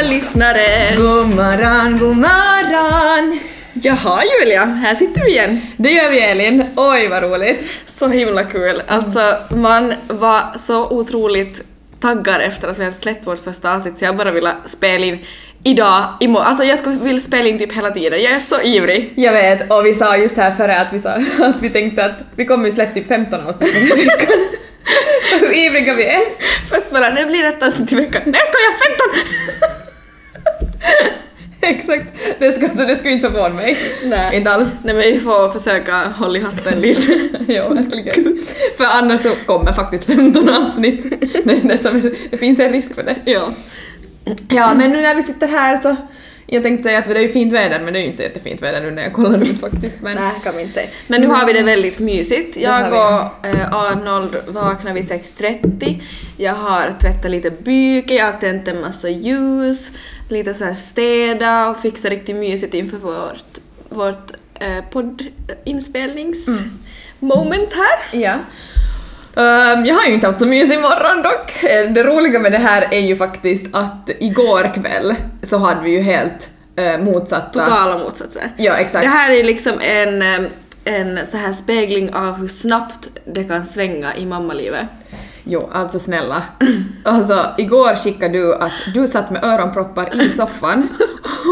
lyssnare! God morgon, god morgon! Jaha Julia, här sitter vi igen. Det gör vi Elin. Oj vad roligt. Så himla kul. Alltså man var så otroligt taggad efter att vi hade släppt vårt första avsnitt så jag bara ville spela in idag, imorgon. Alltså jag skulle vilja spela in typ hela tiden. Jag är så ivrig. Jag vet, och vi sa just här före att vi, sa, att vi tänkte att vi kommer ju släppa typ 15 avsnitt den här veckan. Hur ivriga vi Eh? är. Först bara, när blir detta till veckan? Nej jag skojar, 15! Exakt. Det ska, så det skulle inte förvåna mig. Nej. Inte alls. Nej men vi får försöka hålla i hatten lite. Ja, verkligen. För annars så kommer faktiskt 15 avsnitt. Det, är det, som, är- det finns en risk för det. ja. Ja, men nu när vi sitter här så... Jag tänkte säga att det är ju fint väder, men det är ju inte så jättefint väder nu när jag kollar ut faktiskt. Men Nej, kan vi inte säga. Men nu har vi det väldigt mysigt. Jag Mm. Det har och eh, Arnold vaknar vid 6.30. Jag har tvättat lite byke, jag har tänt en massa ljus, lite så här städa och fixat riktigt mysigt inför vårt, vårt eh, poddinspelningsmoment här. Mm. Ja. Ehm, jag har ju inte haft så mysig morgon dock. Eh, Det roliga med det här är ju faktiskt att igår kväll så hade vi ju helt eh, motsatta... Totala motsatser. Ja, exakt. Det här är liksom en, eh, en så här spegling av hur snabbt det kan svänga i mammalivet. Jo, alltså snälla. Alltså, igår skickade du att du satt med öronproppar i soffan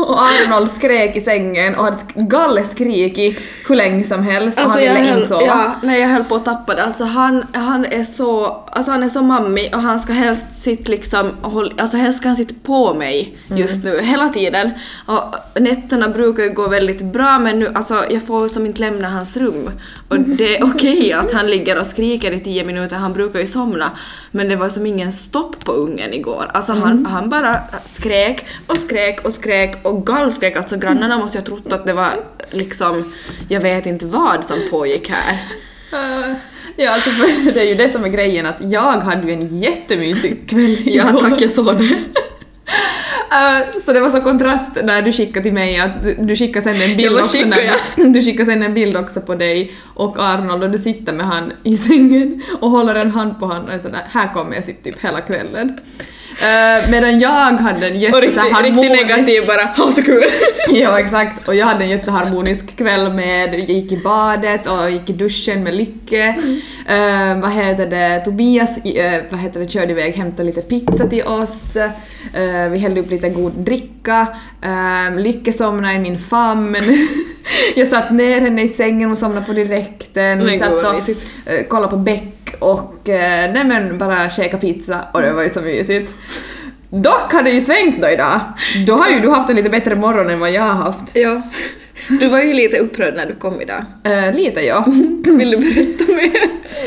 och Arnold skrek i sängen och hade sk- galleskrikit hur länge som helst och han Alltså, jag ville höll, inte sova. ja, nej, jag höll på att tappa det. Alltså han, han är så, alltså han är så mammig och han ska helst sitta liksom, och håll, alltså helst ska han sitta på mig just nu, hela tiden. Och nätterna brukar ju gå väldigt bra men nu, alltså jag får som inte lämna hans rum. Och det är okej att han ligger och skriker i tio minuter, han brukar ju somna. Men det var som ingen stopp på ungen igår. Alltså han, han bara skrek och skrek och skrek och gallskrek. Alltså grannarna måste ju ha trott att det var liksom, jag vet inte vad som pågick här. Eh, Ja, alltså, för det är ju det som är grejen att jag hade ju en jättemysig kväll Ja igår. tack, jag såg det. Eh, så det var så kontrast när du skickade till mig att du, du skickade sen en bild Ja, vad också skickade när, du skickade sen en bild också på dig och Arnold och du sitter med han i sängen och håller en hand på han och är sådär här kommer jag sitta typ hela kvällen. Eh, medan jag hade en jätteharmonisk bara, ha så kul. Ja exakt, och jag hade en jätteharmonisk kväll med, jag gick i badet och jag gick i duschen med Lycke. Eh, vad heter det, Tobias eh, vad heter det, körde iväg, hämtade lite pizza till oss. Eh, vi hällde upp lite god dricka. Eh, Lycke somnade i min famn. jag satt ner henne i sängen, hon somnade på direkten. Men Vi gud, satt vad och mysigt. eh, kollade på Beck och eh, nej men bara käka pizza och det var ju så mysigt. Dock har det ju svängt då idag. Då har ju du haft en lite bättre morgon än vad jag har haft. Ja. Du var ju lite upprörd när du kom idag. Eh, lite ja. Vill du berätta mer?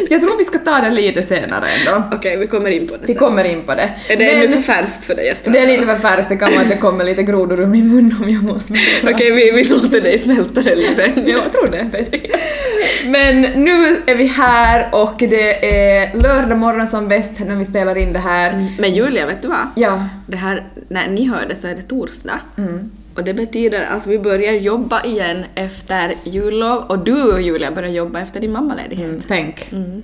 Jag tror vi ska ta det lite senare ändå. Okej, vi kommer in på det Vi sen. kommer in på det. Är det ännu Men- för färskt för dig att det är lite för färskt, det kan vara att det kommer lite grodor ur min mun om jag måste Okej, vi, vi låter dig smälta det lite. Jag tror det är bäst. Men nu är vi här och det är lördag morgon som bäst när vi spelar in det här. Men Julia, vet du vad? Ja, Det här, när ni hör det så är det torsdag. Mm. Och det betyder att vi börjar jobba igen efter jullov och du Julia börjar jobba efter din mammaledighet. mm, tänk. Mm.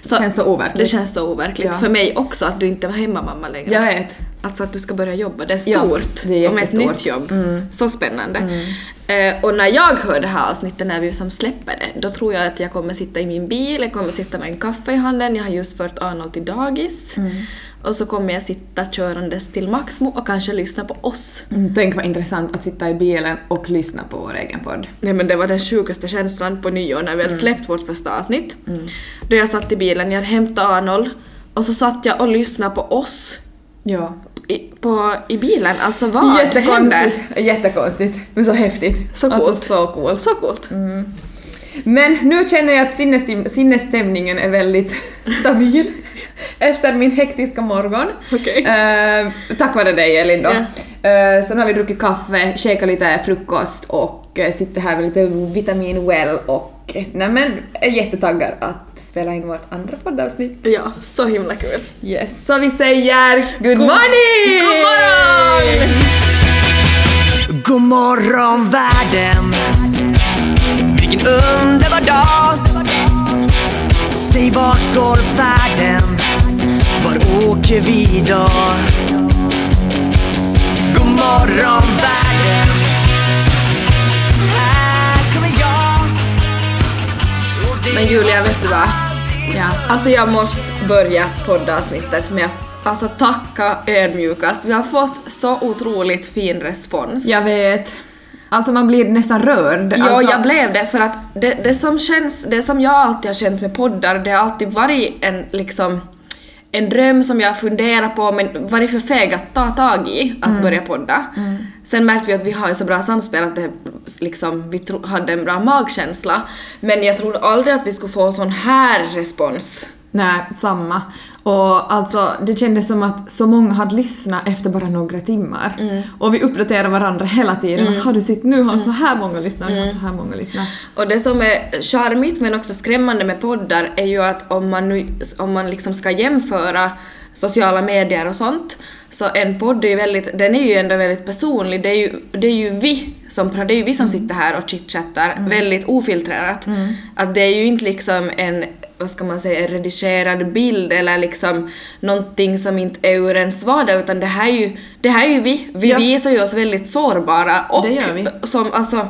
Så Känns så overkligt. Det känns så overkligt. Ja. För mig också att du inte var hemmamamma längre. Jag vet. Alltså att du ska börja jobba, det är Ja, stort. det är och med ett jättestort. Mm. nytt jobb. Så spännande. Eh, och när jag hör det här avsnittet, när vi som släpper det, då tror jag att jag kommer sitta i min bil, jag kommer sitta med en kaffe i handen, jag har just fört Arnold till dagis. Mm. Och så kommer jag sitta körandes till Maxmo och kanske lyssna på oss. Mm, Tänk vad intressant att sitta i bilen och lyssna på vår egen podd. Nej men det var den sjukaste känslan på nyår när vi hade släppt vårt första avsnitt. Då jag satt i bilen, jag hade hämtat Arnold och så satt jag och lyssnade på oss Ja. i, på, i bilen. Alltså vad händer? Jättekonstigt. Jättekonstigt. Men Ah, så häftigt. Så Alltså, coolt. Mm. så coolt. Så coolt. Men nu känner jag att sinnesstäm- sinnesstämningen är väldigt stabil efter min hektiska morgon. Okej. Eh, tack vare dig Elin då. Ja. Eh, sen har vi druckit kaffe, käkat lite frukost och eh, sitter här med lite vitamin well och eh, nej men är jättetaggad att spela in vårt andra poddavsnitt. Ja, så himla kul. Yes, så vi säger God- good morning! God morgon! God morgon världen Vilken underbar dag Säg vart går världen Var åker vi idag God morgon världen Här kommer jag och det Men Julia, vet du vad? Ja. Alltså jag måste börja poddavsnittet med att alltså, tacka ödmjukast. Vi har fått så otroligt fin respons. Jag vet. Alltså man blir nästan rörd. Ja, alltså, jag blev det för att det, det som känns, det som jag alltid har känt med poddar, det har alltid varit en liksom en dröm som jag funderar på men varit för feg att ta tag i att börja podda. Sen märkte vi att vi har ju så bra samspel att det, liksom, vi tro, hade en bra magkänsla. Men jag trodde aldrig att vi skulle få sån här respons. Nej, samma. Och alltså det kändes som att så många hade lyssnat efter bara några timmar. Och vi uppdaterar varandra hela tiden. Har du sett nu har så här många lyssnat, har så här många lyssnat. Och det som är charmigt men också skrämmande med poddar är ju att om man, nu, om man liksom ska jämföra sociala medier och sånt så en podd är ju väldigt, den är ju ändå väldigt personlig. Det är ju, det är ju vi som, det är ju vi som Mm. sitter här och chitchattar väldigt ofiltrerat. Att det är ju inte liksom en vad ska man säga, en redigerad bild eller liksom någonting som inte är ur ens vardag utan det här är ju, det här är ju vi. Vi Ja. visar ju oss väldigt sårbara och Det gör vi. som alltså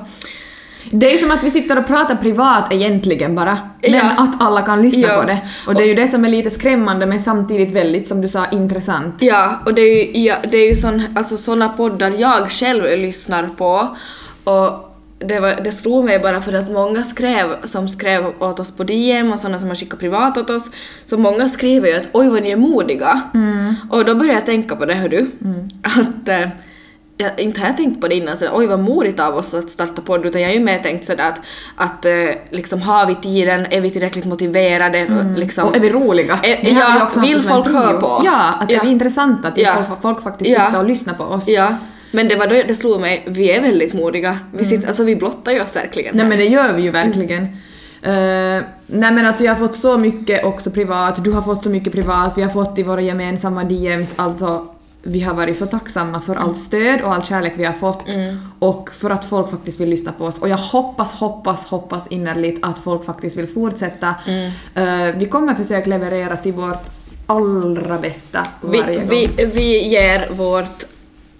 Det är som att vi sitter och pratar privat egentligen bara. Men Ja. att alla kan lyssna Ja. på det. Och det är ju det som är lite skrämmande men samtidigt väldigt, som du sa, intressant. Ja, och det är ju, ja, det är ju sån, alltså, såna poddar jag själv lyssnar på. Och det, var, det slog mig bara för att många skrev, som skrev åt oss på DM och såna som har skickat privat åt oss, så många skriver ju att oj vad ni är modiga. Mm. Och då började jag tänka på det hördu. Att eh, jag, inte har jag tänkt på det innan sådär, oj vad modigt av oss att starta podd utan jag är ju mer tänkt sådär att, att eh, liksom har vi tiden, är vi tillräckligt motiverade? Liksom. Mm. Och är vi roliga? Eh, Det här ja, har vi också haft vill som en folk höra prio. på? Ja, att Ja. det är intressant att Ja. folk, folk faktiskt Ja. sitter och lyssnar på oss. Ja, men det var då det slog mig, vi är väldigt modiga. Vi, sitter, alltså, vi blottar ju oss verkligen. Mm. Nej men det gör vi ju verkligen. Mm. Eh, nej men alltså jag har fått så mycket också privat, du har fått så mycket privat, vi har fått i våra gemensamma DMs, alltså vi har varit så tacksamma för Mm. allt stöd och all kärlek vi har fått och för att folk faktiskt vill lyssna på oss. Och jag hoppas, hoppas, hoppas innerligt att folk faktiskt vill fortsätta. Mm. Eh, vi kommer försöka leverera till vårt allra bästa vi, varje gång. vi, vi ger vårt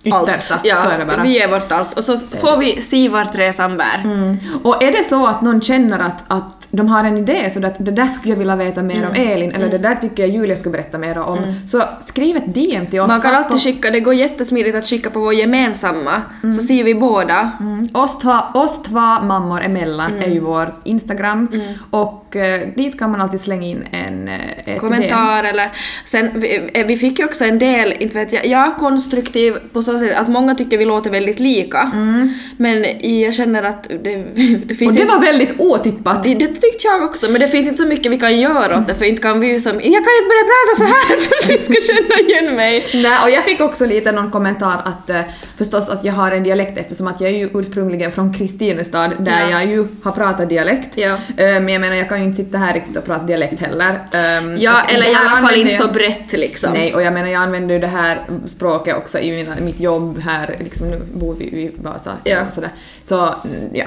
Yttersta, allt. Ja, så är det bara. Vi ger vårt allt och så får vi se vart resan bär. Mm. Och är det så att någon känner att, att de har en idé så att det där skulle jag vilja veta mer om Mm. Elin eller det där tycker jag Julia skulle berätta mer om. Så skriv ett DM till oss. Man kan fast alltid skicka, det går jättesmidigt att skicka på vår gemensamma, Mm. så ser vi båda. på, oss, tva, oss tva Mm. mammor emellan Mm. är ju vår Instagram och eh, dit kan man alltid slänga in en eh, ett DM. kommentar eller... Sen, vi, eh, vi fick ju också en del, inte vet jag, jag är konstruktiv på så sätt att många tycker vi låter väldigt lika. Men jag känner att det, Mm. det finns Och det inte- var väldigt otippat. Det, det tyckte jag också, men det finns inte så mycket vi kan göra åt det för inte kan vi ju som... Jag kan ju inte börja prata så här för att ni ska känna igen mig. Nej, och jag fick också lite någon kommentar att eh, förstås att jag har en dialekt eftersom att jag är ju ursprungligen från Kristinestad där Ja. jag ju har pratat dialekt. Ja. Eh, men jag menar jag kan ju inte sitta här riktigt och prata dialekt heller. Ehm, Ja, och eller det i här alla fall använder inte jag- så brett liksom. Nej, och jag menar jag använder ju det här språket också i mina, mitt jobb här, liksom, nu bor vi ju i Vasa. Ja. och Sådär. Så, mm, ja.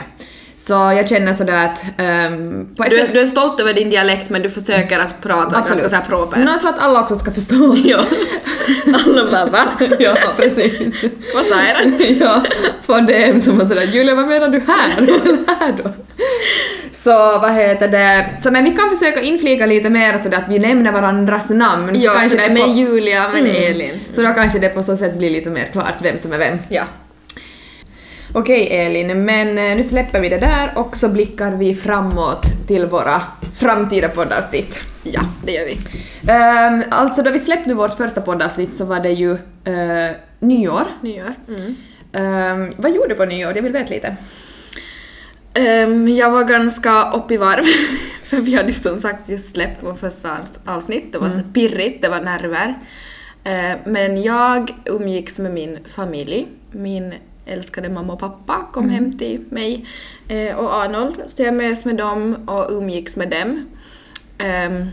Så jag känner sådär att... ehm, på ett Du, sätt- är- du är stolt över din dialekt men du försöker att prata ganska såhär propert. Nå, så att alla också ska förstå. Ja. Alla bara va? ja, precis. Vad sa jag då? ja, på DM som var sådär “Julia vad menar du här?” här då? Så vad heter det? Så men vi kan försöka inflika lite mer så att vi nämner varandras namn. Ja, kanske sådär det på- med Julia, men Mm. Elin. Så då kanske det på så sätt blir lite mer klart vem som är vem. Ja. Okej Elin, men eh, nu släpper vi det där och så blickar vi framåt till våra framtida poddavsnitt. ja, det gör vi. Ehm, alltså då vi släppte nu vårt första poddavsnitt så var det ju eh, nyår. Nyår. Mm. Ehm, vad gjorde du på nyår? Jag vill veta lite. Ehm, jag var ganska upp i varv. För vi hade ju som sagt just släppt vårt första avs- avsnitt. Det var så pirrigt, det var nerver. Ehm, men jag umgicks med min familj. Min älskade mamma och pappa kom hem till mig eh, och Arnold. Så jag möts med dem och umgicks med dem. Ehm,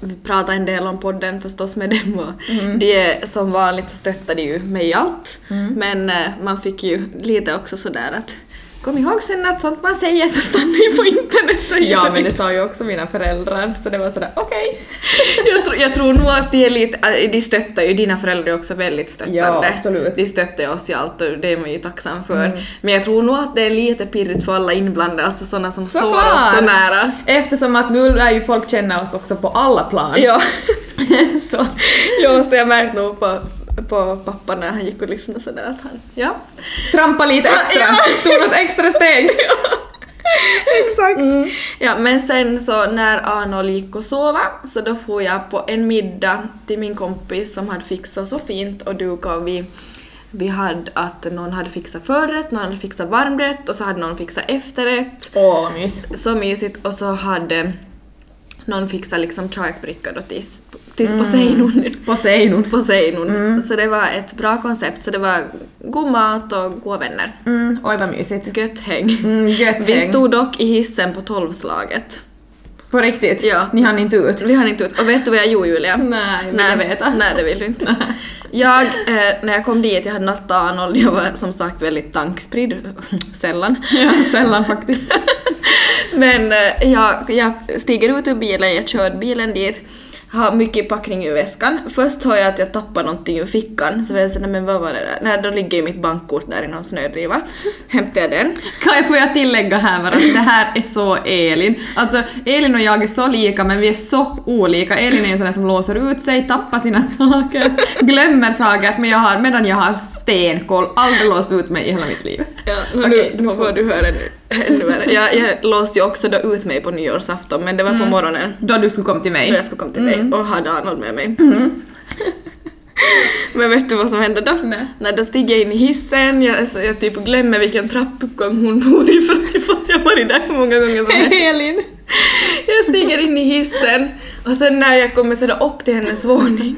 vi pratade en del om podden förstås med dem och de är som Mm. vanligt så stöttade ju mig i allt. Men eh, man fick ju lite också sådär att Kom ihåg sen att sånt man säger så stannar ju på internet och hit Ja och men det dit. sa ju också mina föräldrar så det var sådär okej. jag, tror, jag tror nog att de är lite, äh, de stöttar ju, dina föräldrar är också väldigt stöttande. Ja, absolut. De stöttar oss i allt och det är man ju tacksam för. Men jag tror nog att det är lite pirrigt för alla inblandade, alltså sådana som står oss så Såklart. nära. Eftersom att nu lär ju folk känna oss också på alla plan. Ja. så. ja, så jag märkte nog på, på pappa när han gick och lyssnade sådär att han, ja. Trampa lite extra, Ja. tog något extra steg. Mm. Exakt. Ja, men sen så när Arnold gick och sova så då får jag på en middag till min kompis som hade fixat så fint och dukat och vi vi hade att någon hade fixat förrätt, någon hade fixat varmrätt och så hade någon fixat efterrätt. Åh vad mys. Så mysigt och så hade någon fixat liksom charkbricka då tills, tills Mm. Poseidon Poseidon. Poseidon. Mm. Så det var ett bra koncept, så det var god mat och goda vänner. Mm, oj vad mysigt. Gött häng. Mm, gött Vi häng. stod dock i hissen på tolvslaget. På riktigt? Ja. Ni hann inte ut? Vi hann inte ut. Och vet du vad jag gjorde Julia? Nej, vill jag veta. Nej, det vill du inte. Jag, eh, när jag kom dit, jag hade nattat Arnold, jag var som sagt väldigt tankspridd, sällan. Ja, sällan faktiskt. Men eh, jag, jag stiger ut ur bilen, jag kör bilen dit, har mycket packning i väskan. Först hör jag att jag tappar någonting ur fickan, så jag säger men vad var det där? Nej, då ligger ju mitt bankkort där i någon snödriva. Hämtar jag den. Kan jag, får jag tillägga här bara att det här är så Elin. Alltså Elin och jag är så lika men vi är så olika. Elin är en sån där som låser ut sig, tappar sina saker, glömmer saker men jag har, medan jag har stenkoll, aldrig låst ut mig i hela mitt liv. Ja, men Okej, du- nu får du höra nu. ännu värre. Jag, jag låste ju också då ut mig på nyårsafton, men det var Mm. på morgonen. Då du skulle komma till mig. Då jag skulle komma till dig och hade Arnold med mig. Men vet du vad som hände då? Nej. När då stiger jag in i hissen, jag, alltså, jag typ glömmer vilken trappuppgång hon bor i för att jag, fast jag har varit där hur många gånger som helst. Elin! Jag stiger in i hissen och sen när jag kommer så där upp till hennes våning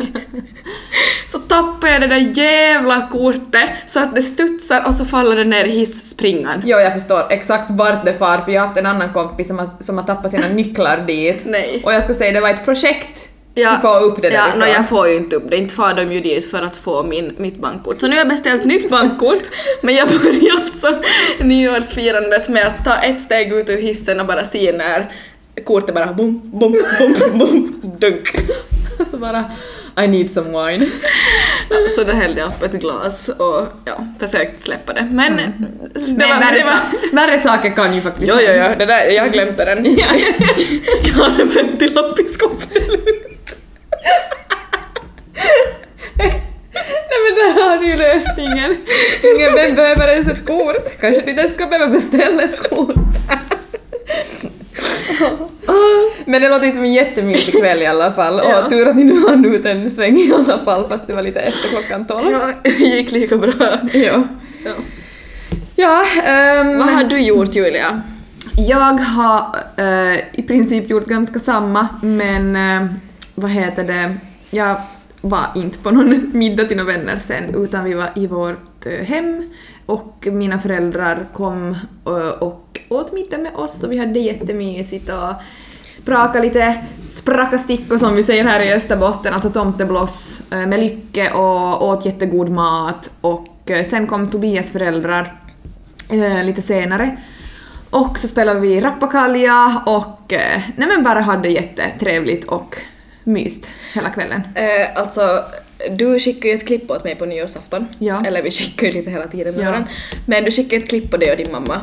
så tappar jag det där jävla kortet så att det studsar och så faller det ner i hisspringan. Ja, jag förstår exakt vart det far för jag har haft en annan kompis som har, som har tappat sina nycklar dit. Nej. Och jag ska säga det var ett projekt att få upp det ja, därifrån. no, jag får ju inte upp det, inte far de ju dit för att få min, mitt bankkort. Så nu har jag beställt nytt bankkort, men jag börjar alltså nyårsfirandet med att ta ett steg ut ur hissen och bara se när kortet bara bom, bom, bom, bom, dunk. Så bara I need some wine. Ja, Så då hällde jag upp ett glas och ja, försökte släppa det. Men... Mm. Det Men var- värre, det var- sa- värre saker kan ju faktiskt Jo, jo, jo, det där, jag glömde den. jag har en 50-lapp i skåpet. Nej men där har du ju lösningen. Ingen vem behöver ens ett kort. Kanske du inte ens ska behöva beställa ett kort. Men det låter ju som en jättemysig kväll i alla fall och Ja. tur att ni nu hann ut en sväng i alla fall fast det var lite efter klockan tolv. Ja, det gick lika bra. Ja. Ja, ehm, Vad har du gjort Julia? jag har eh, i princip gjort ganska samma men eh, vad heter det, jag var inte på någon middag till några vänner sen utan vi var i vårt eh, hem och mina föräldrar kom eh, och åt middag med oss och vi hade det jättemysigt och spraka lite sprakastickor som vi säger här i Österbotten, alltså tomtebloss eh, med lycke och åt jättegod mat och eh, sen kom Tobias föräldrar eh, lite senare och så spelade vi rappakalja och eh, nej men bara hade jättetrevligt och myst hela kvällen. Eh, alltså, du skickade ju ett klipp åt mig på nyårsafton. Ja. Eller vi skickar ju lite hela tiden med Ja. varandra. Men du skickade ett klipp på dig och din mamma.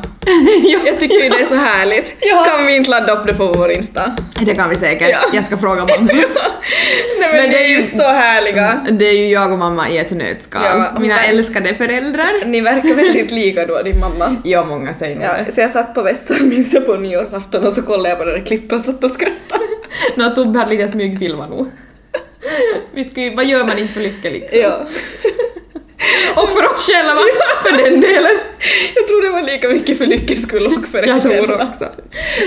ja, Jag tycker ju det är så härligt. Ja. Kan vi inte ladda upp det på vår Insta? Det kan vi säkert. Ja. Jag ska fråga mamma. Nej men, Men det är ju så härliga. Det är ju jag och mamma i ett nötskal. Ja, Mina men- älskade föräldrar. Ni verkar väldigt lika då, din mamma. Ja, många säger nog Ja, det. så jag satt på vässan minns jag på nyårsafton och så kollade jag på det där klippet och satt och skrattade. Nå, Tobbe hade lite smygfilmat nog. Vi skulle, ju- vad gör man inte för lycka liksom? Ja. Och för oss själva, för den delen. Jag tror det var lika mycket för lyckes skull och för er Jag tror själva. också.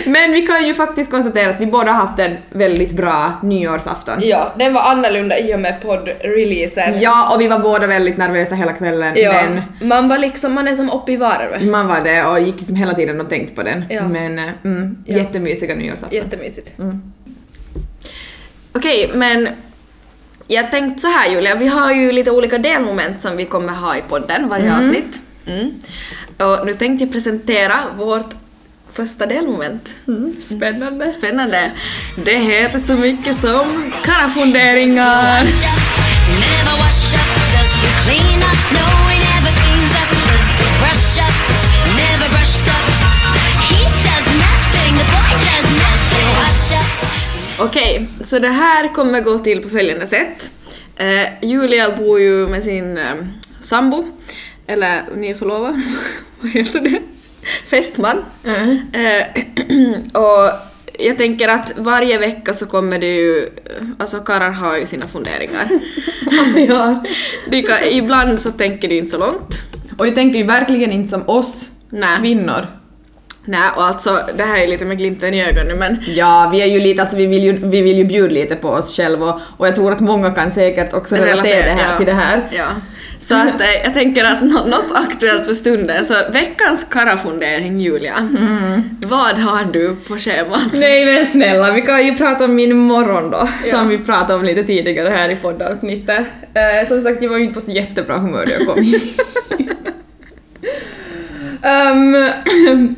Men vi kan ju faktiskt konstatera att vi båda har haft en väldigt bra nyårsafton. Ja, den var annorlunda i och med poddreleasen. Ja, och vi var båda väldigt nervösa hela kvällen men Man var liksom, man är som uppe i varv. man var det och gick som hela tiden och tänkte på den. Ja. Men eh, mm, Ja. jättemysiga nyårsafton. Jättemysigt. Mm. Okej, men jag tänkte så här Julia, vi har ju lite olika delmoment som vi kommer ha i podden varje avsnitt. Mm. Och nu tänkte jag presentera vårt första delmoment. Spännande. Spännande. Det heter så mycket som karafunderingar. Never wash up, does you clean up? No, he never cleans up, does he brush up? Never brushed up. He does nothing, the boy does nothing. Wash up. Okej, så det här kommer gå till på följande sätt. Eh, Julia bor ju med sin eh, sambo, eller ni är förlovad, vad heter det? Fästman. Mm. Eh, och jag tänker att varje vecka så kommer det ju, alltså karlar har ju sina funderingar. ja. Det kan, ibland så tänker det inte så långt. Och jag tänker ju verkligen inte som oss Nej. kvinnor. Nej, och alltså det här är lite med glimten i ögonen nu men Ja, vi är ju lite, alltså vi vill ju, vi vill ju bjuda lite på oss själva och, och jag tror att många kan säkert också relatera det här, ja. till det här. Ja. Så att eh, jag tänker att nå- något aktuellt för stunden, så veckans karafundering Julia. Mm. Vad har du på schemat? Nej men snälla, vi kan ju prata om min morgon då, som vi pratade om lite tidigare här i poddavsnittet. Eh, som sagt, jag var ju inte på så jättebra humör när jag kom hit. Ehm,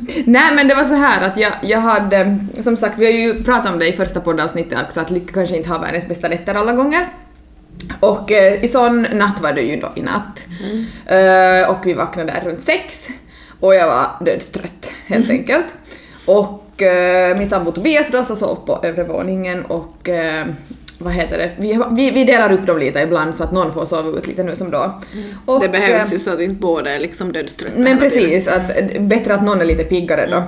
nej men det var så här att jag, jag hade, som sagt vi har ju pratat om det i första poddavsnittet också att Lycka kanske inte har världens bästa nätter alla gånger. Och eh, i sån natt var det ju då i natt. Mm. Eh, och vi vaknade där runt sex och jag var dödstrött helt Mm. enkelt. Och eh, min sambo Tobias då så sov på övre våningen och eh, vad heter det, vi, vi, vi delar upp dem lite ibland så att någon får sova ut lite nu som då. Och, Mm. det eh, behövs ju så att inte båda är liksom dödströtta. men hela tiden. precis, att, bättre att någon är lite piggare då.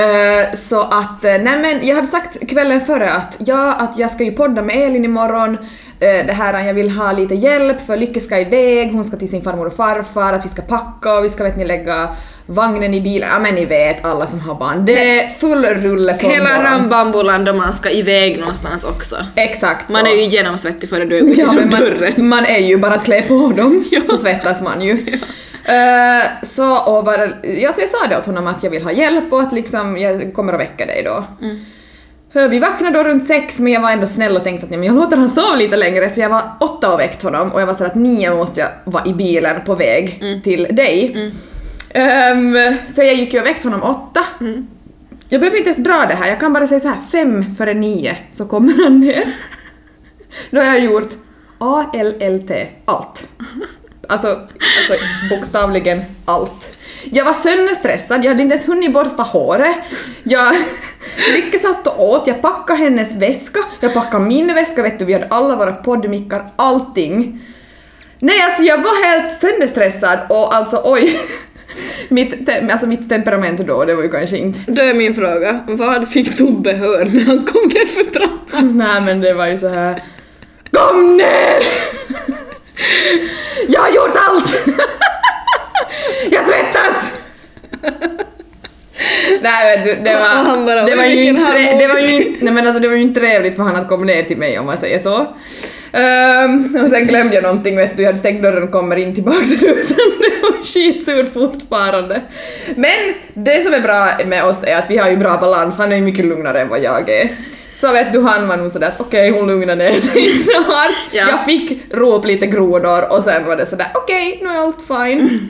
Eh, så att, eh, nej men jag hade sagt kvällen före att, ja, att jag ska ju podda med Elin imorgon. Eh, det här jag vill ha lite hjälp för Lykke ska iväg, hon ska till sin farmor och farfar, att vi ska packa och vi ska vet ni lägga vagnen i bilen. Ja men ni vet alla som har barn. Det är full rulle från Hela morgon. rambamboland och man ska iväg någonstans också. Exakt. Man så. är ju genomsvettig före du är ute Ja, men genom dörren. man, man är ju bara att klä på dem så svettas man ju. Eh, så, och bara, ja, så jag sa det åt honom att jag vill ha hjälp och att liksom, jag kommer att väcka dig då. Eh, Vi vaknade då runt sex men jag var ändå snäll och tänkte att "Nej, men jag låter han sova lite längre så jag var åtta och väckt honom och jag var så att nio måste jag vara i bilen på väg till dig. Ehm, så jag gick ju och väckte honom åtta. Jag behöver inte ens dra det här, jag kan bara säga så här fem före nio så kommer han ner. Då har jag gjort ALLT, allt. Alltså, alltså bokstavligen allt. Jag var sönderstressad, jag hade inte ens hunnit borsta håret. Jag Lycke satt och åt, jag packade hennes väska, jag packade min väska, vet du, vi hade alla våra poddmickar, allting. Nej, alltså jag var helt sönderstressad och alltså oj. Mitt, te- alltså mitt temperament då, det var ju kanske inte Då är min fråga, vad fick Tobbe höra när han kom ner för trappan? Nej men det var ju så här. Kom ner! Jag har gjort allt! Jag svettas! Nej men du, det var, Och han bara, det "Oj, var ju vilken inte, trä- det var ju harmonisk." inte, nej men alltså det var ju inte trevligt för han att komma ner till mig om man säger så. Ehm, och sen glömde jag någonting vet du, jag hade stängt dörren och kommer in tillbaks i huset och skitsur fortfarande. Men det som är bra med oss är att vi har ju bra balans, han är ju mycket lugnare än vad jag är. Så vet du han var nog sådär att okej hon lugnar ner sig snart. Ja. Jag fick rop lite grodor och sen var det sådär okej nu är allt fine.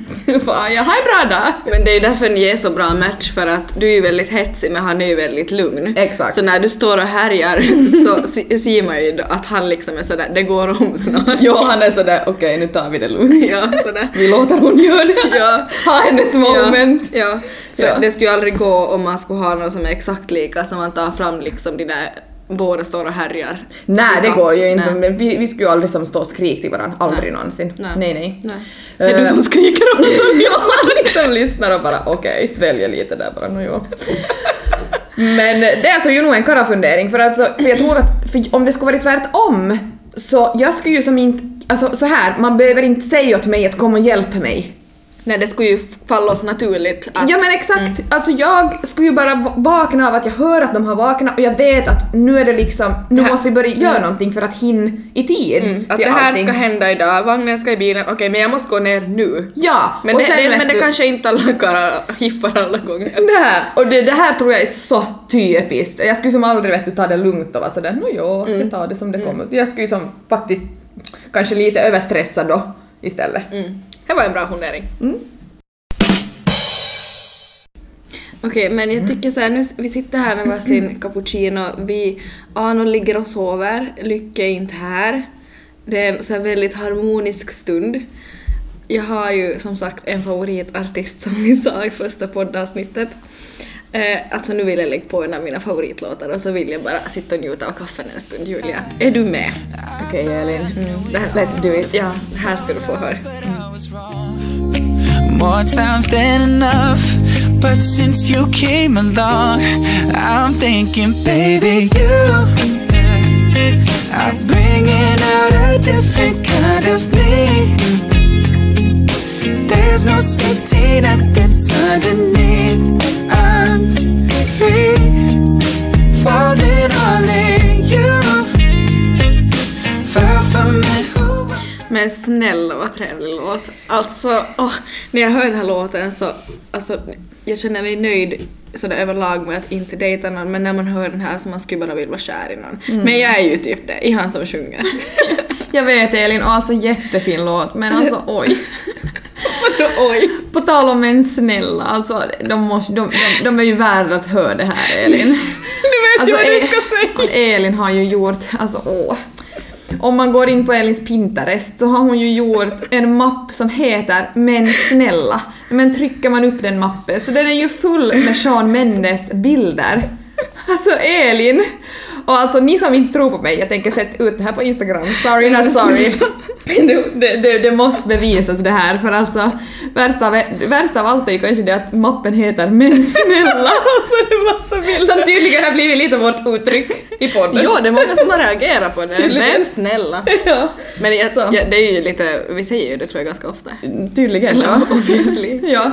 Fan, jag har en bra dag. Men det är ju därför ni är så bra match för att du är ju väldigt hetsig men han är ju väldigt lugn. Exakt. Så när du står och härjar så se- ser man ju att han liksom är sådär, det går om snart. Jo, han är sådär okej nu tar vi det lugnt. Ja, sådär. Vi låter hon göra det. Ja. Ha hennes moment. Ja, ja. För Ja. det skulle ju aldrig gå om man skulle ha någon som är exakt lika som man tar fram liksom de där båda står och härjar. Nej det går ju inte, Nej. Men vi, vi skulle ju aldrig som stå och skrika till varandra, aldrig någonsin. Nej. Nej nej. Det är du Eh, som skriker om det. jag liksom lyssnar och bara okej, sväljer lite där bara, nåjo. Men det är alltså ju nog en karafundering för alltså, för jag tror att för om det skulle vara tvärtom så jag skulle ju som inte, alltså så här, man behöver inte säga åt mig att kom och hjälp mig. Nej, det skulle ju falla oss naturligt att... Mm. Ja men exakt, alltså jag skulle ju bara va- vakna av att jag hör att de har vaknat och jag vet att nu är det liksom, nu här- mm. måste vi börja göra någonting för att hinna i tid. att till det här allting. ska hända idag, vagnen ska i bilen, okej men jag måste gå ner nu. Ja, Men, och det, sen det, vet men det du- kanske inte alla karlar hiffar alla gånger. Det här, och det, det här tror jag är så typiskt. Jag skulle som aldrig vet du ta det lugnt och vara sådär no jo, Mm. jag tar det som det kommer. Jag skulle ju som faktiskt Mm. kanske lite överstressad då istället. Mm. Det var en bra fundering. Okej, men jag tycker så här, nu, vi sitter här med varsin cappuccino. Vi, Anon ligger och sover, Lycke är inte här. Det är en så här väldigt harmonisk stund. Jag har ju som sagt en favoritartist som vi sa i första poddavsnittet. Eh, alltså nu vill jag lägga på en av mina favoritlåtar och så vill jag bara sitta och njuta av kaffen en stund, Julia. Är du med? Mm, Okej Elin, Det här- let's do it. Ja, det här ska du få höra. More times than enough, but since you came along, I'm thinking, baby, you are bringing out a different kind of me. There's no safety net that's underneath. I'm free, falling all in you. Far from it, who I Men snälla vad trevlig låt. Alltså, åh, när jag hör den här låten så, alltså, jag känner mig nöjd sådär överlag med att inte dejta någon men när man hör den här så man skulle bara vilja vara kär i någon. Men jag är ju typ det, i han som sjunger. Jag vet Elin, och alltså jättefin låt men alltså oj. Oj! På tal om en snälla, alltså de, måste, de, de, de är ju värda att höra det här Elin. Du vet ju vad du ska säga! säga. Alltså, eh, Elin har ju gjort, alltså åh. Om man går in på Elins Pinterest så har hon ju gjort en mapp som heter “Men snälla”. Men trycker man upp den mappen så den är ju full med Sean Mendes bilder. Alltså Elin! Och alltså ni som inte tror på mig, jag tänker sätta ut det här på Instagram. Sorry not sorry. Det, det- det, det måste bevisas det här för alltså värsta av, värsta av allt är ju kanske det att mappen heter “Men snälla” Alltså det var så vilt. som tydligen har blivit lite vårt uttryck i podden. Jo, det är många som har reagerat på det. Tydligen. Men snälla. Ja. Men jag, Så. jag, det är ju lite, vi säger ju det tror jag ganska ofta. Tydligen. Ja, obviously. ja.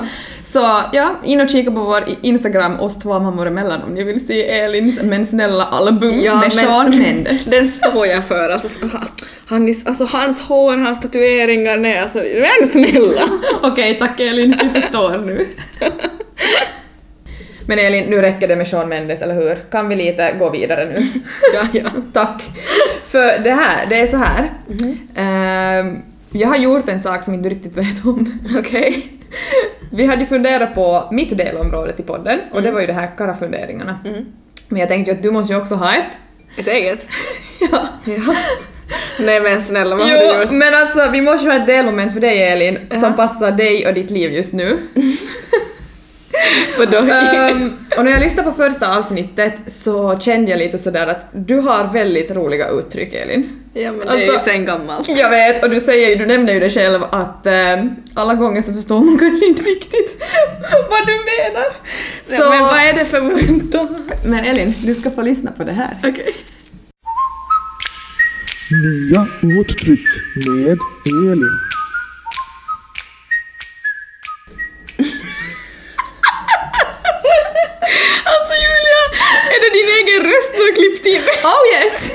Så ja, in och kika på vår Instagram, oss två mammor emellan om ni vill se Elins Men snälla album Mm, Mm, med Sean Mendes. Den står jag för. Alltså, så- han, är- alltså, hans hår, hans tatueringar, nej alltså men snälla! Okej, tack Elin, vi förstår nu. Men Elin, nu räcker det med Sean Mendes, eller hur? Kan vi lite gå vidare nu? Ja, ja. Tack. För det här, det är så här. Mm-hmm. Ehm, jag har gjort en sak som jag inte riktigt vet om. Okej? Vi hade ju funderat på mitt delområde till podden och Mm-hmm. det var ju det här karafunderingarna. Men jag tänkte ju att du måste ju också ha ett. Ett eget? ja. Nej men snälla vad har du Jo, gjort? men alltså vi måste ju ha ett delmoment för dig Elin som Ja. passar dig och ditt liv just nu. Vadå? Ehm, och när jag lyssnade på första avsnittet så kände jag lite sådär att du har väldigt roliga uttryck Elin. ja men det är ju alltså- sen gammalt. Jag vet, och du säger ju, du nämner ju det själv att eh, alla gånger så förstår man kanske inte riktigt vad du menar. Så, Ja, men vad är det för mynt då? men Elin, du ska få lyssna på det här. Okej. Nya uttryck med Elin. Alltså Julia, är det din egen röst du har klippt in? Oh yes!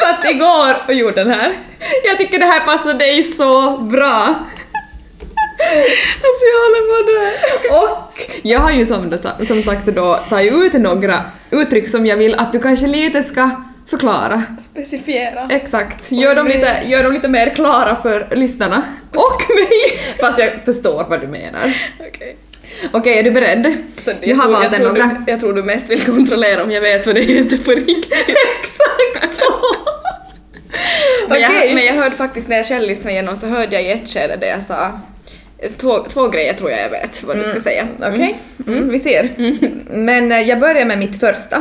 Satt igår och gjorde den här. Jag tycker det här passar dig så bra. Alltså jag håller på att dö. Och jag har ju som, som sagt då tagit ut några uttryck som jag vill att du kanske lite ska förklara. Specifiera. Exakt, gör dem, lite, gör dem lite mer klara för lyssnarna. Och mig! Fast jag förstår vad du menar. Okej. Okej, är du beredd? Så jag, jag har tror, valt jag, en tror några... du, jag tror du mest vill kontrollera om jag vet vad det heter på riktigt. Exakt så! Men, Okej. jag, men jag hörde faktiskt när jag själv lyssnade igenom så hörde jag i ett skede det jag sa två, två grejer tror jag jag vet vad du ska säga. Okej, mm, vi ser. Men eh, jag börjar med mitt första.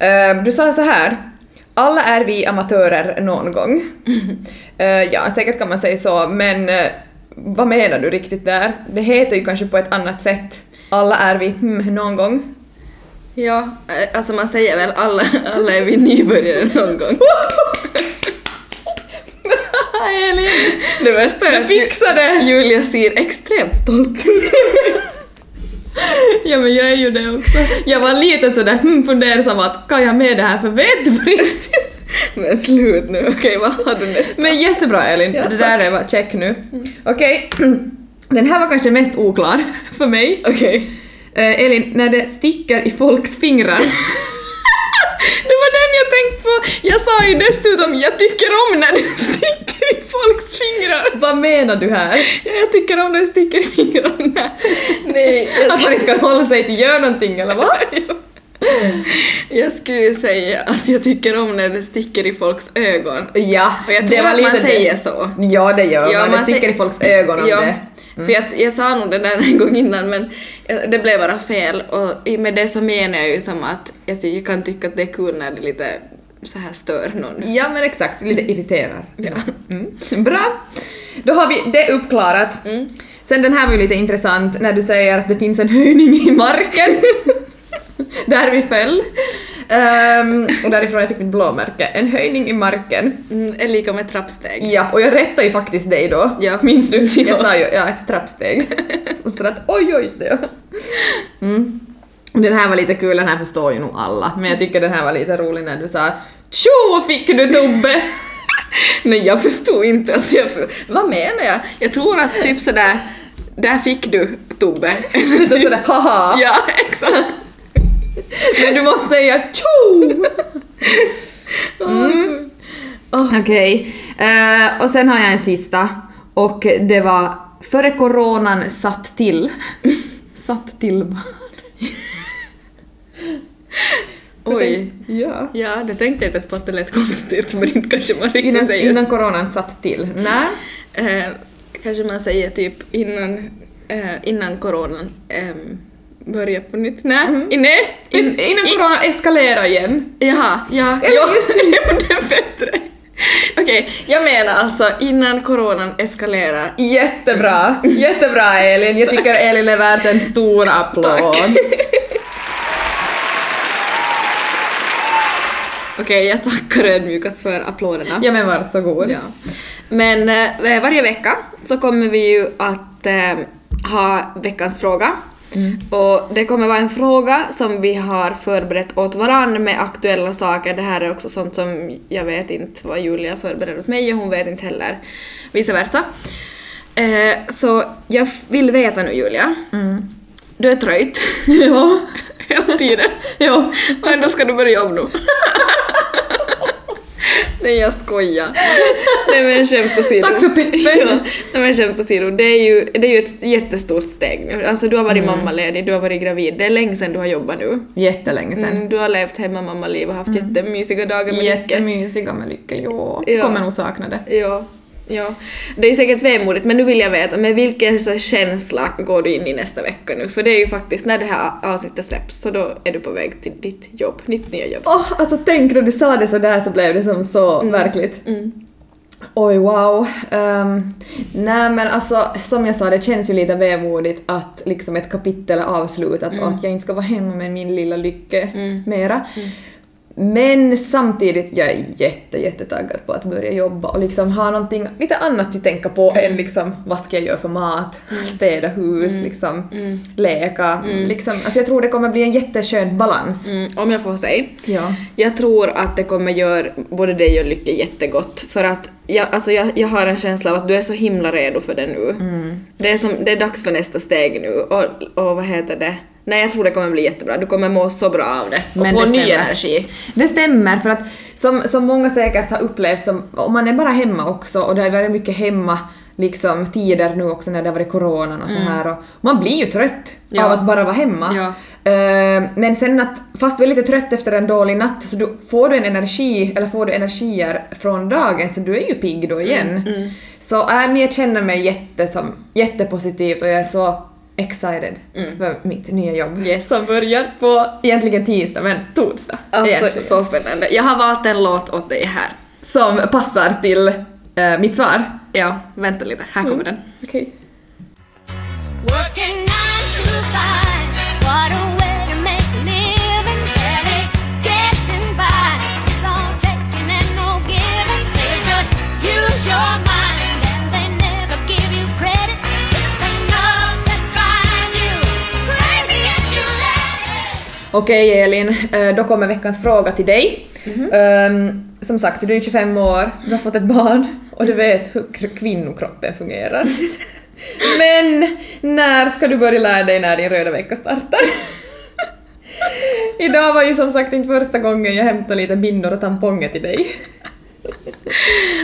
Eh, du sa så här. Alla är vi amatörer någon gång. Eh, ja, säkert kan man säga så, men eh, vad menar du riktigt där? Det heter ju kanske på ett annat sätt. Alla är vi hmm, någon gång. Ja, eh, alltså man säger väl alla, alla är vi nybörjare någon gång. Elin! Det värsta är att Ju- fixade! Julia ser extremt stolt ut. Ja men jag är ju det också. Jag var lite sådär hmm, fundersam att kan jag med det här för vet du på riktigt? Men slut nu, okej vad har du nästa? Men jättebra Elin, Ja, Mm. det där är bara check nu. Okej, den här var kanske mest oklar för mig. Okej. Eh, Elin, när det sticker i folks fingrar. Det var den jag tänkte på! Jag sa ju dessutom jag tycker om när det sticker sticker i folks fingrar. Vad menar du här? Ja, jag tycker om när det sticker i fingrarna. Nej, jag Att man skulle, inte kan hålla sig till gör någonting eller vad? jag skulle säga att jag tycker om när det sticker i folks ögon. Ja, Och jag tror att man säger så. Ja, det gör man. Det sticker sä- i folks ögon om ja. det. För jag, jag sa nog det där en gång innan men eh, det blev bara fel och i- med det så menar jag ju som att jag, ty- jag kan tycka att det är kul när det lite så här stör någon. Ja men exakt, lite irriterar. Ja. Mm. Bra! Då har vi det uppklarat. Mm. Sen den här var ju lite intressant när du säger att det finns en höjning i marken. där vi föll. Ehm, och därifrån jag fick mitt blåmärke. En höjning i marken. Mm, är lika med trappsteg. Ja, och jag rättade ju faktiskt dig då. Ja. Minns du? Jag Ja. sa ju ja, ett trappsteg. och så att oj, oj, det. Mm. Den här var lite kul, den här förstår ju nog alla. Men jag tycker den här var lite rolig när du sa Tjo fick du Tobbe! Nej jag förstod inte, alltså jag, för- vad menar jag? Jag tror att typ sådär, där fick du Tobbe. Och typ sådär haha! ja, exakt. Men du måste säga tjo! Mm. Okej, Eh, och sen har jag en sista. Och det var före coronan satt till. satt till barn. Oj. Ja. Ja, det tänkte jag inte ens på att det lät konstigt men inte kanske man riktigt Innan, säger innan coronan satt till. Nej. Eh, kanske man säger typ innan, eh, innan coronan ehm, börjar på nytt. Nej, i- nej. In, innan coronan eskalerar igen. Jaha, ja. Eller ja, just det gjorde bättre. Okej, jag menar alltså innan coronan eskalerar. Jättebra! Jättebra Elin! Jag tycker Elin är värd en stor applåd. Okej, jag tackar ödmjukast för applåderna. Ja men varsågod. Ja. Men eh, varje vecka så kommer vi ju att eh, ha veckans fråga. Och det kommer vara en fråga som vi har förberett åt varann med aktuella saker. Det här är också sånt som jag vet inte vad Julia förbereder åt mig och hon vet inte heller vice versa. Eh, så jag f- vill veta nu Julia. Du är trött. Ja. Hela tiden. ja. Och ändå ska du börja om nu. Nej jag skojar. Nej men skämt åsido. Tack för peppen. Ja. Nej men skämt åsido, det är, ju, det är ju ett jättestort steg nu. Alltså du har varit Mm. mammaledig, du har varit gravid. Det är länge sedan du har jobbat nu. Jättelänge sen. Mm. Mm, du har levt hemma mammaliv och haft jättemysiga dagar med Lykke. Jättemysiga med lycka, jo. Ja. Kommer nog sakna det. Ja. Ja. Det är säkert vemodigt men nu vill jag veta med vilken så här känsla går du in i nästa vecka nu? För det är ju faktiskt när det här avsnittet släpps så då är du på väg till ditt jobb, ditt nya jobb. Åh, alltså tänk då du sa det så där så blev det som så verkligt. Oj wow. Um, nej men alltså som jag sa det känns ju lite vemodigt att liksom ett kapitel är avslutat och att jag inte ska vara hemma med min lilla lycka mera. Men samtidigt, jag är jätte, jättetaggad på att börja jobba och liksom ha någonting lite annat att tänka på än liksom vad ska jag göra för mat, städa hus, liksom leka. Liksom, alltså jag tror det kommer bli en jätteskön balans. Mm, om jag får säga. Ja. Jag tror att det kommer göra både dig och Lykke jättegott för att jag, alltså jag, jag har en känsla av att du är så himla redo för det nu. Det, är som, det är dags för nästa steg nu och, och vad heter det? Nej jag tror det kommer bli jättebra, du kommer må så bra av det och Men få det ny stämmer. energi. Det stämmer, för att som, som många säkert har upplevt, som, om man är bara hemma också och det har varit mycket hemma liksom tider nu också när det har varit coronan och så här och man blir ju trött Mm. Ja. av att bara vara hemma. Ja. Eh, men sen att, fast du är lite trött efter en dålig natt så du, får du en energi, eller får du energier från dagen så du är ju pigg då igen. Mm, Så äh, men jag känner mig jätte, som, jättepositivt och jag är så excited för mitt nya jobb. Mm. Yes. Som börjar på egentligen tisdag men torsdag. Alltså, Egentligen. så spännande. Jag har valt en låt åt dig här. Som passar till eh, mitt svar. Ja, vänta lite. Här kommer den. Okej. Working nine to five. What a way to make a living. Barely getting by. It's all taking and no giving. They just use your mind and they never give you credit. It's enough to drive you crazy if you let it. Okej Elin, eh, då kommer veckans fråga till dig. Ehm, som sagt, du är 25 år, du har fått ett barn och du vet hur kr- kvinnokroppen fungerar. Men när ska du börja lära dig när din röda vecka startar? Idag var ju som sagt inte första gången jag hämtade lite bindor och tamponger till dig.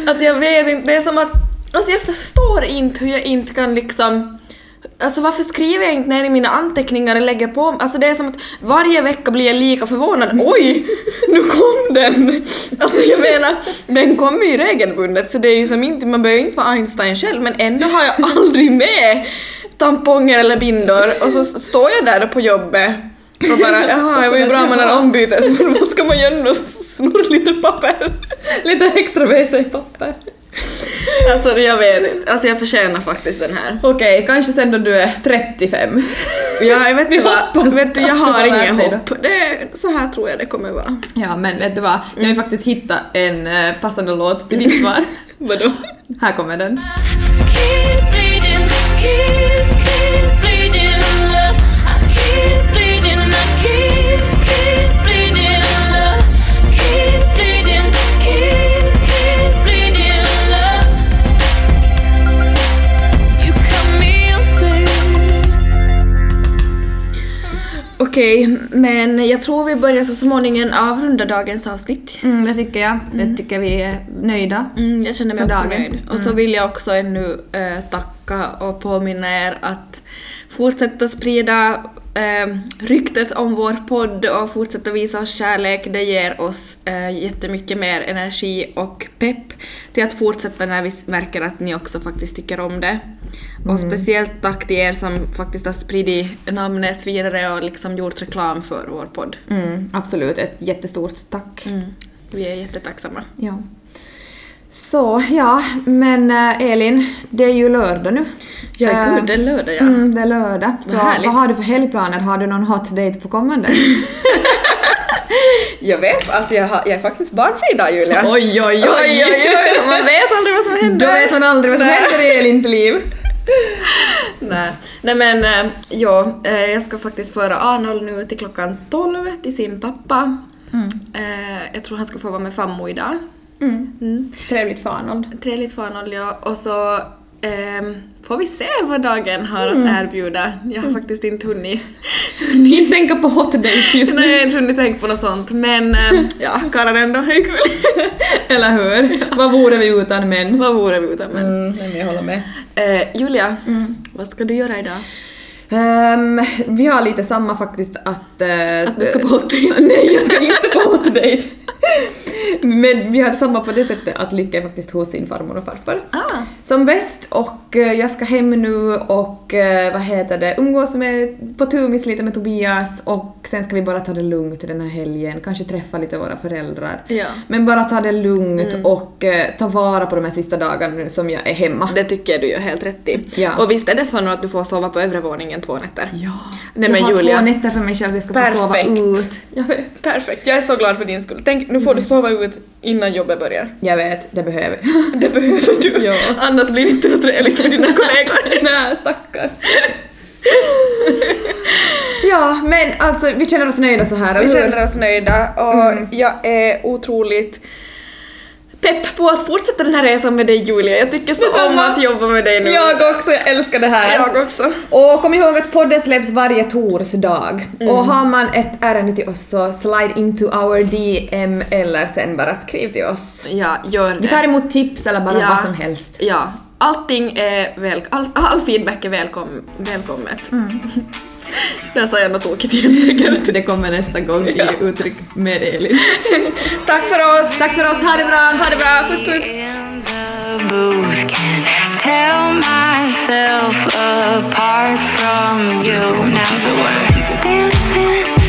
Alltså jag vet inte, det är som att... Alltså jag förstår inte hur jag inte kan liksom... Alltså varför skriver jag inte ner i mina anteckningar och lägger på Alltså det är som att varje vecka blir jag lika förvånad. Oj! Nu kom den! Alltså jag menar, den kommer ju regelbundet så det är ju som inte, man behöver inte vara Einstein själv men ändå har jag aldrig med tamponger eller bindor och så står jag där på jobbet och bara jaha, det var ju bra med den här ombytet, men vad ska man göra nu? Snurra lite papper. Lite extra med sig papper. Alltså jag vet inte, alltså jag förtjänar faktiskt den här. Okej, kanske sen då du är 35. Ja, jag vet, du vad, vet du, jag att det har var inget värt det då. hopp. Det, så här tror jag det kommer vara. Mm. Ja men vet du vad, jag har ju faktiskt hittat en eh, passande låt till ditt svar. Vadå? Här kommer den. Keep bleeding, keep, keep bleeding love. I keep bleeding, I keep, keep bleeding love. Keep bleeding, keep, keep bleeding love. You cut me open. Okej, men jag tror vi börjar så småningom avrunda dagens avsnitt. Mm, det tycker jag. Det tycker vi är nöjda. Mm, jag känner mig För också dagen. Mm. nöjd. Och så vill jag också ännu eh, tacka och påminna er att fortsätta sprida eh, ryktet om vår podd och fortsätta visa oss kärlek. Det ger oss eh, jättemycket mer energi och pepp till att fortsätta när vi märker att ni också faktiskt tycker om det. Och Mm. speciellt tack till er som faktiskt har spridit namnet vidare och liksom gjort reklam för vår podd. Mm. Mm, absolut, ett jättestort tack. Vi är jättetacksamma. Mm. Ja. Så ja, men eh, Elin, det är ju lördag nu. Ja, Eh, gud, det är lördag ja. Mm, det är lördag. Så härligt. vad har du för helgplaner? Har du någon hot date på kommande? Jag vet, alltså jag, har, jag är faktiskt barnfri idag Julia. oj, oj, oj, oj, oj, man vet aldrig vad som Då händer. vet man aldrig vad som händer i Elins liv. Nej. Nej men eh, ja, eh, jag ska faktiskt föra Arnold nu till klockan 12 till sin pappa. Eh, Jag tror han ska få vara med fammo idag. Mm. Trevligt för Arnold. Trevligt för Arnold ja. Och så ehm, får vi se vad dagen har att erbjuda. Jag har faktiskt inte hunnit Inte tänka på hot dates just Nej, jag nu. har inte hunnit tänka på något sånt men eh, ja, karlar ändå, hur kul! Eller hur? Vad vore vi utan män? Vad vore vi utan män? Mm, men jag håller med. Eh, Julia, vad ska du göra idag? Ehm, vi har lite samma faktiskt att... eh, Att du ska på hot Nej, jag ska inte på hot date. Men vi har samma på det sättet att Lycka är faktiskt hos sin farmor och farfar. Ah. Som bäst och eh, jag ska hem nu och eh, vad heter det, umgås med, på tumis lite med Tobias och sen ska vi bara ta det lugnt den här helgen, kanske träffa lite våra föräldrar. Ja. Mm. Men bara ta det lugnt och eh, ta vara på de här sista dagarna nu som jag är hemma. Det tycker jag du gör helt rätt i. Ja. Och visst är det så nu att du får sova på övre våningen två nätter? Ja. Nej men jag har två Julia, nätter för mig själv, jag ska få sova Perfekt. ut. Mm. Jag vet. perfekt. Jag är så glad för din skull. Tänk, nu får du sova ut innan jobbet börjar. Jag vet, det behöver Det behöver du. Ja. Annars blir det inte något trevligt för dina kollegor. Nej, stackars. ja, men alltså vi känner oss nöjda så här, Vi eller hur? känner oss nöjda och Mm. jag är otroligt pepp på att fortsätta den här resan med dig Julia. Jag tycker så om Detsamma. att jobba med dig nu. Jag också, jag älskar det här. Jag också. Och kom ihåg att podden släpps varje torsdag. Och har man ett ärende till oss så slide into our DM eller sen bara skriv till oss. Ja, gör det. Vi tar emot tips eller bara Ja. vad som helst. Ja, allting är väl, all, all feedback är välkom, välkommet. Mm. Där sa jag något tokigt egentligen. Det kommer nästa gång i uttryck med Elin. Tack för oss! Tack för oss, ha det bra! Ha det bra, puss puss! in the booth can tell myself apart from you. Now that we're dancing